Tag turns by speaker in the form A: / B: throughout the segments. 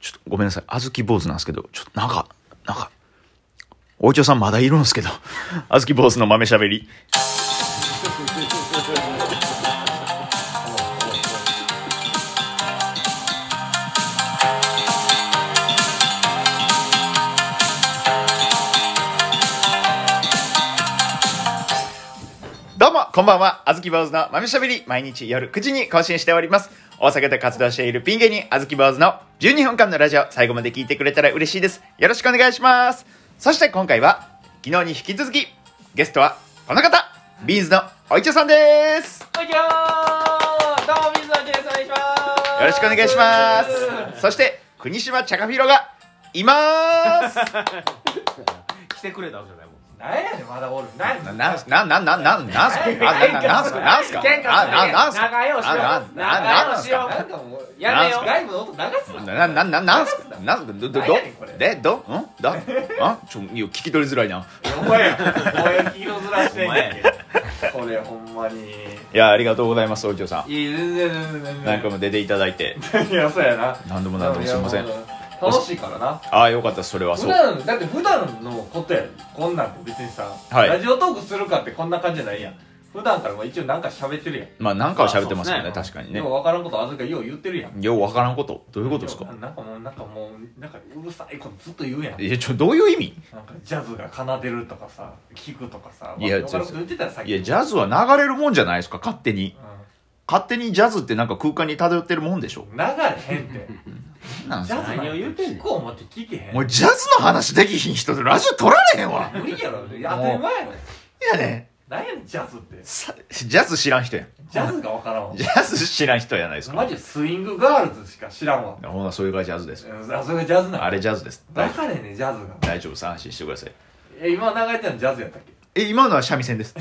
A: ちょっとごめんなさい。あずき坊主なんですけど、ちょっとなんか、なんか、おいちょさんまだいるんですけど、 あずき坊主の豆しゃべり。どうも、こんばんは。あずき坊主の豆しゃべり、毎日夜9時に更新しております。大阪で活動しているピン芸人、あずき坊主の12分間のラジオ、最後まで聞いてくれたら嬉しいです。よろしくお願いします。そして今回は、昨日に引き続き、ゲストはこの方、ビーンズのおいちょさんです。
B: こんにちはどうも水野明ですお願いします
A: よろしくお願いします。そして、国島茶ャカフィロが、いまーす
B: 来てくれたわけじゃないもんなんやねんまだおるなん
A: な、な、な、な、な、な、なんすかあ、な、な、なんすかなんすか
B: 喧嘩
A: あ、な、なんすか
B: 仲良しよう
A: あ、な、な、な、なんす
B: 仲良しよ
A: か
C: なんかもう
B: や
A: なん
B: めよ
A: すか
C: ライブの音流すな
A: な、な、な、なんすかなんすかど、ど、ど
C: なんやねんこれ、
A: で、ど、んだ、あちょ、いや聞き取りづらいな。
B: お前や声聞きずらしてんねん
C: これほんまに
A: いや、ありがとうございます、お嬢さ
C: いや全然全然全
A: ん。何回も出ていただいて、
C: 然いやそうやな
A: 何度も何度もすいません
C: い。やもう楽しいからな
A: ああ、よかった、それは
C: 普
A: そう。
C: 段だって普段のことやこんなんて別にさ、
A: はい
C: ラジオトークするかってこんな感じじゃないやん普段からも一応なんか喋ってるやん、
A: まあ、なんかは喋ってますよね、
B: まあそう
A: 確かに
C: で
A: ね。
C: も分からんことあずかよう言ってるやん
A: ようわからんこと。どういうことですか
C: なんかもうなんかもうなんかうるさいことずっと言うやん
A: いや、ちょ、どういう意味
C: なんかジャズが奏でるとかさ聞くとかさ
A: いや
C: 分からんこと言ってたらさっき
A: いや、ジャズは流れるもんじゃないですか、勝手に。
C: う
A: 勝手にジャズってなんか空間に漂ってるもんでしょ
C: ん、流れへ んって
A: なん
C: ジャズ
B: 何を言うてんねん
C: 聞こう思って聞けへん
A: もうジャズの話できひん人でラジオ取られへんわ
C: 無理やろ当たり前やろ
A: いやね
C: 何やねんジャズって
A: さジャズ知らん人やん
C: ジャズが分からんわ
A: ジャズ知らん人やないですか
C: マジでスイングガールズしか知らんわ
A: ほなそれがジャズです
C: うんあそれがジャズなの
A: あれジャズです
C: だ
A: 大丈
C: からやねんジャズが
A: 夫大丈夫さ安心してください
C: え今流れてるのジャズやったっけ
A: え今のは三味線です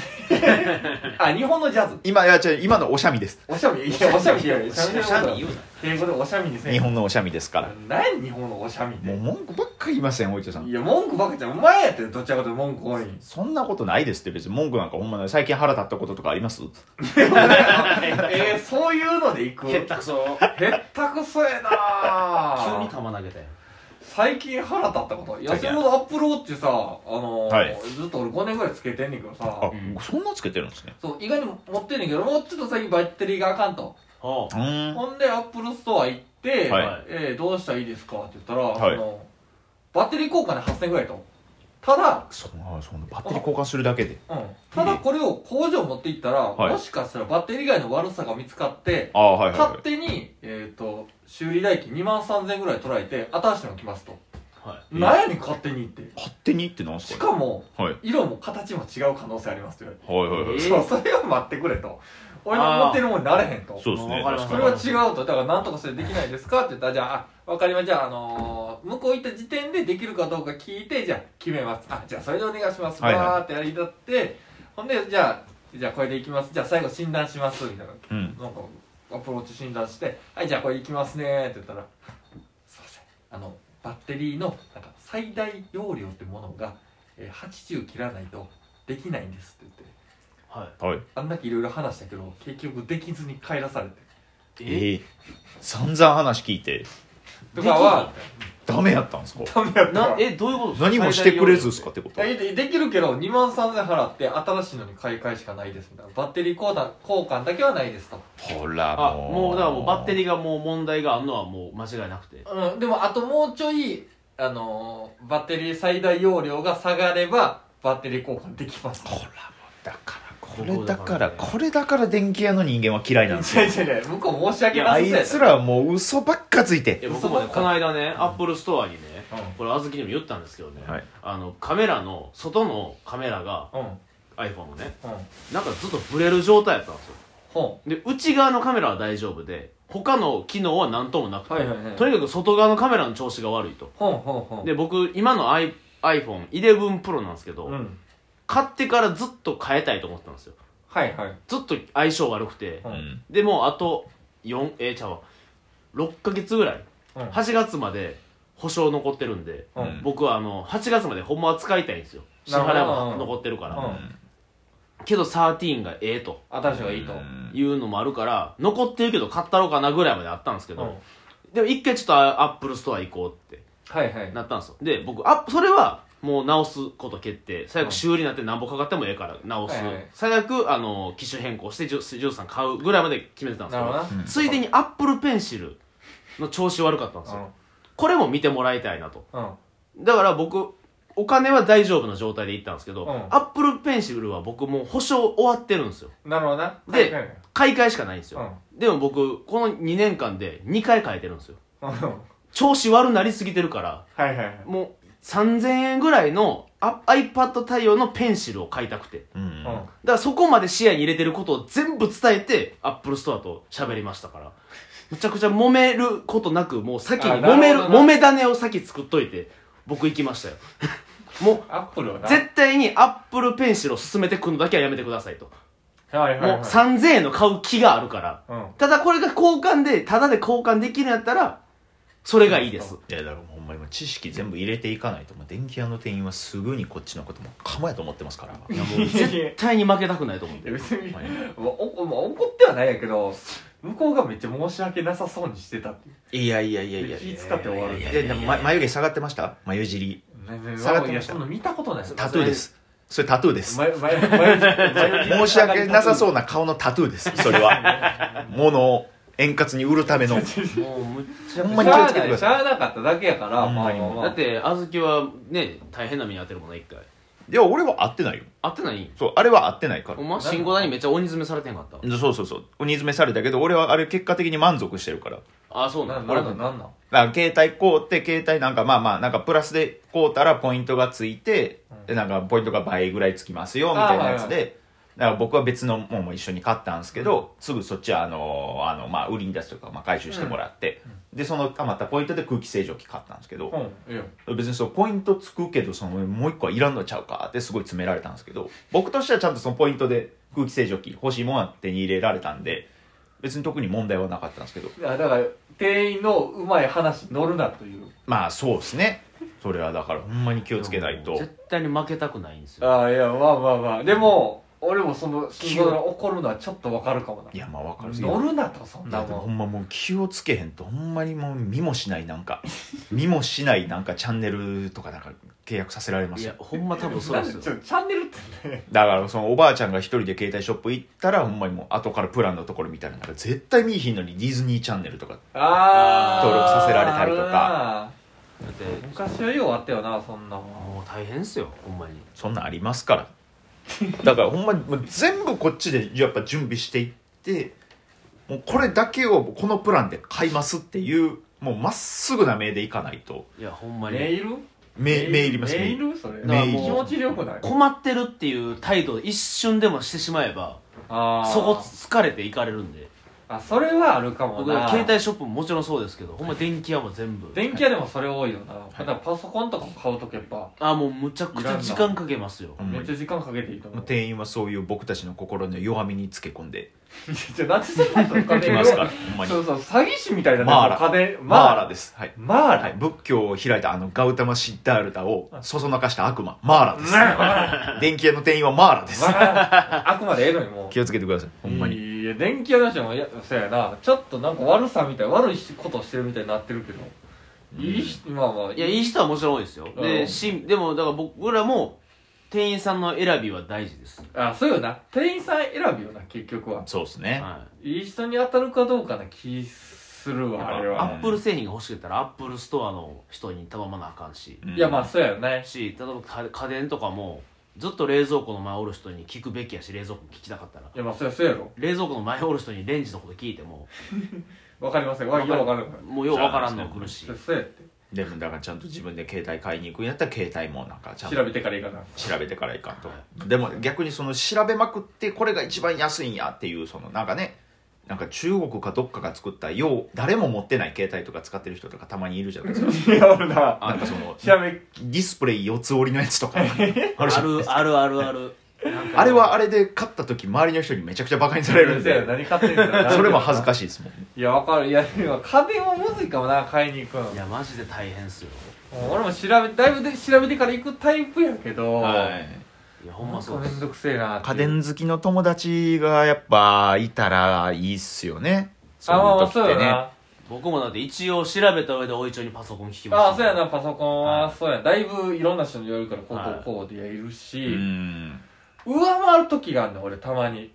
C: あ日本のジャズ
A: 今いや違う今のお三味です
C: おしゃみいやおしゃみいやいや
B: しゃべり言うな
C: 英語でおしゃみにせん
A: 日本のお三味ですから
C: 何やねん日本のおしゃみっ
A: もう
C: て
A: 文句ばっか言いませんおいちょさん
C: いや文句ばっかじゃんお前やってどっちらかというと文句多 いん
A: そんなことないですって別に文句なんかほんまない最近腹立ったこととかあります
C: えー、そういうので行く
B: へったくそ
C: へったくそやな
B: 急
C: ぁ
B: に球投げたよ
C: 最近腹立ったこと
A: 最近
C: 安物アップルウォッチさ、あのー
A: はい
C: ずっと俺5年ぐらいつけてんねんけど
A: あ
C: さ
B: うん
A: そんなつけてるんですね
C: そう意外に持ってんねんけどもうちょっと先バッテリーがあかんと
B: おう
A: うーん
C: ほんでアップルストア行って、
A: はい
C: えーどうしたらいいですかって言ったら、
A: はい
C: あのバッテリー交換で8000円ぐらいとただ、
A: そんなそんなバッテリー交換するだけで
C: うん、ただこれを工場持って行ったら、
A: はい
C: もしかしたらバッテリー以外の悪さが見つかって
A: ああはいはいは
C: 勝手に、えー、と修理代金2万3000円ぐらい取られて新しいの来ますと、
B: は
C: なんやねん勝手にって
A: い勝手にってなんす
C: し
A: か
C: かも
A: ねはい
C: 色も形も違う可能性ありますと言われて、
A: はいはいはい
B: えー
C: そうそれは待ってくれと俺の持ってるもんになれへんと
A: そうですね
B: わかりま
A: 確
B: す
C: そ
A: か
C: れ
A: に
C: は違うとだからなんとかそれできないですかって言ったらじゃああわかりましたじゃあ、あのー向こう行った時点でできるかどうか聞いてじゃあ決めますあじゃあそれでお願いします
A: はいはい
C: わーってやりだってほんでじゃあじゃあこれでいきますじゃあ最後診断しますみたいな
A: うん
C: なんかアプローチ診断して「はいじゃあこれいきますね」って言ったら「すいませんあのバッテリーのなんか最大容量ってものが、えー80切らないとできないんです」って言って
B: はい
A: はい
C: あんだけいろいろ話したけど結局できずに帰らされて
B: え
A: ええ散々話聞いて
C: とかは
A: ダメやったんですか
C: ダメやった
B: ないえどういうこと
A: 何もしてくれずですかってこと
C: やでできるけど2万3000円払って新しいのに買い替えしかないですみたいなバッテリー交換交換だけはないですと、
A: ほら
B: あもうだからもうバッテ
A: リー
B: リーがもう問題があるのはもう間違いなくて
C: うん、でもあともうちょい、あのーバッテリー最大容量が下がればバッテリー交換できます
A: ほらもうだからこ
B: ここ
A: れ
B: だ
A: だ
B: か
A: からら
B: ね
A: これだから電気屋の人間は嫌いなんですよ
C: 違う違う違う向こう申し
A: い
C: 訳
A: や
C: な
A: あ
C: さ
A: い
C: そうやった
A: つらはもう嘘ばっかついて
B: え僕もねこの間ねアップルストアにね
C: う
B: これあずきにも言ったんですけどね
A: はい
B: あのカメラの外のカメラが
C: んうん
B: iPhone のね
C: うん
B: なんかずっとブレる状態やったんですよ
C: ほ
B: で内側のカメラは大丈夫で他の機能は何ともなくて、
C: はいはいはい
B: とにかく外側のカメラの調子が悪いと
C: んほんほんほん
B: で僕今の i- iPhone11Pro なんですけど、
C: うん
B: 買ってからずっと変えたいと思ってたんですよ
C: はいはい
B: ずっと相性悪くて
A: う
C: うん
B: でもうあと4えー、ちゃうわ6ヶ月ぐらい
C: うん
B: 8月まで保証残ってるんで
C: うん
A: うん
B: 僕はあの8月までほんまは使いたいんですよ支払いも残ってるか
C: う
B: ら
C: ん
B: けど13がええと
C: 新しい方がいいと
A: うん
B: いうのもあるから残ってるけど買ったろうかなぐらいまであったんですけど、
C: うん
B: でも一回ちょっとアップルストア行こうって
C: はいはい
B: なったんですよで僕あそれはもう直すこと決定最悪修理になってなんぼかかってもええから直す、
C: はいはい
B: 最悪あの機種変更してジュジュースさん買うぐらいまで決めてたんです
C: な
B: け
C: る
B: ど
C: ほどな、
A: うん
B: ついでにアップルペンシルの調子悪かったんですよこれも見てもらいたいなと
C: うんうん
B: だから僕お金は大丈夫な状態で行ったんですけど、
C: うん
B: アップルペンシルは僕もう保証終わってるんですよ
C: なるほどな
B: で
C: はいはいはい
B: 買い替えしかないんです
C: う
B: よ、でも僕この2年間で2回変えてるんですよ
C: んうん
B: 調子悪なりすぎてるから
C: はいはいはい
B: もう3000円ぐらいのあ iPad 対応のペンシルを買いたくて
A: うん
C: う
A: うん
C: ん
B: だからそこまで視野に入れてることを全部伝えてアップルストアと喋りましたからむちゃくちゃ揉めることなくもう先に
C: あ
B: 揉める
C: なるほどな
B: 揉め種を先作っといて僕行きましたよ も
C: アップルは
B: う
C: な
B: 絶対にアップルペンシルを進めてくるのだけはやめてくださいと
C: はいはい
B: も
C: は
B: う
C: い
B: 3000円の買う気があるから
C: うん
B: ただこれが交換でただで交換できるんやったらそれがいいです
A: いやだからほんま今知識全部入れていかないともう電気屋の店員はすぐにこっちのこともかまやと思ってますから
B: いやもう絶対に負けたくないと思うん
C: いや
B: で
C: 別に、
A: はい
C: まあおまあ怒ってはないやけど向こうがめっちゃ申し訳なさそうにしてたっていう
A: いやいやいやいや
C: 気使って終わる
A: いやいやいやま眉毛下がってました眉尻下がってました
C: いやそんな見たことない
A: タトゥーですそれタトゥーです
C: 前 前前
A: 申し訳なさそううな顔のタトゥーです それは物を円滑に売るた めの
B: もうむちゃくちゃ
A: ほん
C: ほ
A: ま
C: ん
A: に
C: ま
A: 気を
C: に
A: つけてくだ
C: し
A: さ
C: ゃあなかっただけやから、
A: うん
C: まあまあまあ
B: だって小豆はね大変な目に遭ってるもんね一回
A: いや俺は合ってないよ
B: 合ってない
A: そうあれは合ってないから
B: お前信号台にめっちゃ鬼詰めされてんかった
A: そうそうそう鬼詰めされたけど俺はあれ結果的に満足してるから
B: あそうな
C: な
B: の
C: なんなんなんなん
A: だから携帯こうって携帯なんかまあまあなんかプラスでこうたらポイントがついて、
C: うん
A: でなんかポイントが倍ぐらいつきますよみたいなやつで、だから僕は別のもんも一緒に買ったんですけど、すぐそっちはあのーあのまあ売りに出すというかまあ回収してもらって、でそのたまったポイントで空気清浄機買ったんですけど、
C: うんいや
A: 別にそのポイントつくけどそのもう一個はいらんのちゃうかってすごい詰められたんですけど僕としてはちゃんとそのポイントで空気清浄機欲しいもんは手に入れられたんで別に特に問題はなかったんですけど
C: いやだから店員のうまい話に乗るなという
A: まあそうですねそれはだからほんまに気をつけないと
B: 絶対に負けたくないんですよ
C: ああいやまあまあまあでも俺もその心臓が怒るのはちょっとわかるかもない
A: やまあわかる
C: 乗るなとそん
A: だ
C: な
A: ってほ
C: もん
A: んまもう気をつけへんとほんまにもう見もしないなんか 見もしないなんかチャンネルとかなんか契約させられま
B: い
A: すよ
B: やほんま多分そ
C: な
B: うんで
C: ですち
B: よ
C: ょチャンネルってね
A: だからそのおばあちゃんが一人で携帯ショップ行ったらほんまにもう後からプランのところみたいなから絶対見えひんのにディズニーチャンネルとか
C: あー
A: 登録させられたりと
C: あ
A: か
B: だって
C: るな昔はようあったよなそんなもん
B: もう大変っすよほんまに
A: そんなんありますからだからほんまにもう全部こっちでやっぱ準備していってもうこれだけをこのプランで買いますっていうもうまっすぐな目でいかないと
B: いやほんま
C: メ
B: に
C: イル
A: 目目いります
C: メ
A: 目
C: イルそれ
A: メ
B: イル
C: 気持ちでよくない
B: 困ってるっていう態度を一瞬でもしてしまえば
C: あー
B: そこ疲れていかれるんで
C: あそれはあるかも
B: 僕
C: な
B: 携帯ショップももちろんそうですけどほんま電気屋も全部
C: 電気屋でもそれ多いよな、だからパソコンとか買うときやっぱ
B: あもうむちゃくちゃ時間かけますよ
A: ほんま
C: め
A: に
C: っちゃ時間かけていいと思
A: もう
C: う
A: 店員はそういう僕たちの心の弱みにつけ込んで
C: じゃあなんでそんなことか
A: きますからほんまに
C: そうそう詐欺師みたいなね
A: マーラ
C: 金
A: マーラですはい、
C: マーラ
A: はい、仏教を開いたあのガウタマ・シッダールタをそそのかした悪魔マーラです
C: マ
A: 電気屋の店員はマーラです
C: マーラあくまでええのにもう
A: 気をつけてくださいほんまに
C: いや電気屋の人もいやそうやなちょっとなんか悪さみたい悪いことしてるみたいになってるけど、いい人まあまあ
B: いやいい人はもちろん多いですよ
C: う
B: で
C: ん
B: しでもだから僕らも店員さんの選びは大事です
C: あそうよな店員さん選びよな結局は
A: そうですね
B: はい
C: いい人に当たるかどうかな気する
B: やっ
C: わ
B: ぱ
C: あれ
B: ア
C: は
B: ップル製品が欲しけたらアップルストアの人に頼まなあかんし、
A: うん
C: いやまあそうやね
B: し例えば家家電とかもずっと冷蔵庫の前おる人に聞くべきやし冷蔵庫聞きたかったら
C: いやまあそうやそうやろ
B: 冷蔵庫の前おる人にレンジのこと聞いても
C: わかりませんわようわからんから
B: もうようわからんの来るし
C: そうそうやって
A: でもだからちゃんと自分で携帯買いに行くんやったら携帯もなんかちゃんと
C: 調べてからいいかな
A: 調べてからいかんと、
B: は
A: でも逆にその調べまくってこれが一番安いんやっていうそのなんかねなんか中国かどっかが作ったよう誰も持ってない携帯とか使ってる人とかたまにいるじゃないですか
C: いや俺な
A: なんかその
C: 調べ
A: ディスプレイ四つ折りのやつ とかある
B: あ
A: じゃん
B: るあるあるあるなんか
A: あれはあれで買った時周りの人にめちゃくちゃバカにされるん
C: そうや
A: で
C: 何買ってんだ
A: それも恥ずか
C: し
A: しいですもん
C: いいやわかるいやでも家電はむずいかもな買いに行くの
B: いやマジで大変っすよ
C: もう俺も調べだいぶで調べてから行くタイプやけど、
B: いやほ
C: ほん
B: んま
C: ま
B: そう
C: め
B: で
C: ん
B: す
C: どくせえなってい
A: 家
C: う
A: 電好きの友達がやっぱいたらいいっすよねそう
C: あまあま
A: い
C: あ
A: う時
C: そ
A: っ
C: う
A: て
C: や
A: ね
C: な
B: 僕もだって一応調べた上でおいちょにパソコン聞きました
C: ああそうやなパソコンは、
B: はい
C: そうやだいぶいろんな人によるからこうこ
B: はいう
C: こうでやるし、
A: うん
C: 上回る時があるねん俺たまに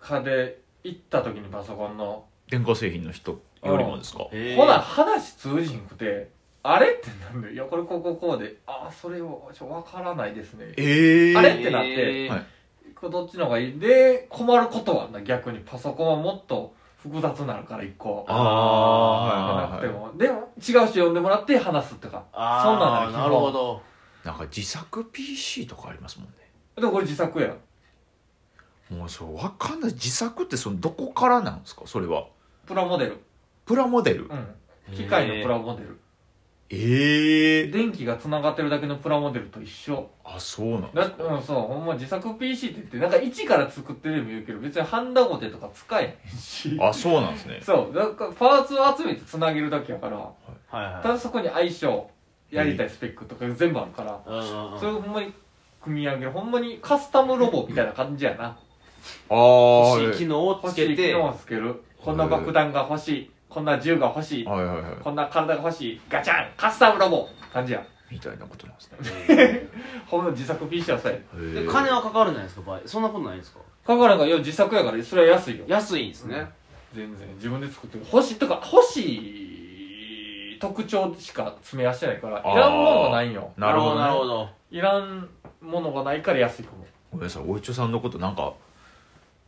C: 家で行った時にパソコンの、
A: 電化製品の人よりもですか
B: へー
C: ほな話通じんくてあれってなんでいやこれこうこうこうでああそれをちょわからないですね
A: ええ
C: あれってなって
B: へー
A: はい
C: これどっちの方がいいで困ることはな逆にパソコンはもっと複雑になるから一個
A: あ
C: な
A: あーはい
C: くて
A: はいはい
C: もでも違う人呼んでもらって話すとか
B: あー
C: そんなんなら基本
B: なるほど
A: なんか自作 PC とかありますもんね
C: でもこれ自作やん
A: もうそうわかんない自作ってそのどこからなんですかそれは
C: プラモデル
A: プラモデル
C: うん機械のプラモデル
A: ええ
C: 電気がつながってるだけのプラモデルと一緒
A: あそうなんで
C: だ
A: すか
C: うんそうほんま自作 PC って言ってなんか一から作ってるように言うけど別にハンダゴテとか使えへんし
A: あそうなんですね
C: そうだからパーツを集めてつなげるだけやから
B: はいはい
C: ただそこに相性やりたいスペックとか全部あるから
B: うんうんうん
C: それをほんまに組み上げるほんまにカスタムロボみたいな感じやな
A: ああはい
B: 欲しい機能を
C: 欲
B: つ
C: し
B: け
C: い機
B: て
C: 能をつけるこんな爆弾が欲しいこんな銃が欲しい
A: はいはいはい
C: こんな体が欲しいガチャンカスタムロボ感じや
A: みたいなことなんですね
C: ほんま自作 PC はそうや
B: で金はかかるんじゃないですか倍そんなことないですか
C: かからんがいや自作やからそれは安いよ
B: 安いんですね、
C: 全然自分で作ってる欲しいとか欲しい特徴しか詰め合わせてないから
A: あー
C: いらんものがないんよ
A: なるほどね
B: なるほど
C: いらんものがないから安いかも
A: ごめんなさいおいちょさんのことなんか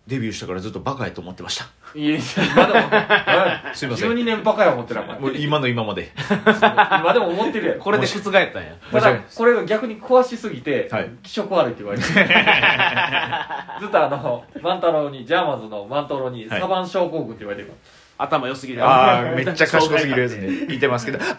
A: デビューしてからずっとバカやと思ってました
C: いやいや今でも うん
A: すいません
C: 12年バカや思ってるお前
A: もう今の今まで
C: 今でも思ってるやろ
B: これで覆ったんや
C: た
A: 申し訳ない
C: だこれが逆に詳しすぎて、
A: はい
C: 気色悪いって言わ れてるずっとあの万太郎にジャーマズの万太郎に、
A: はい
C: サバン症候群って言われてるから
B: 頭良すぎる
A: ああめっちゃ賢すぎるやつね言ってますけどあ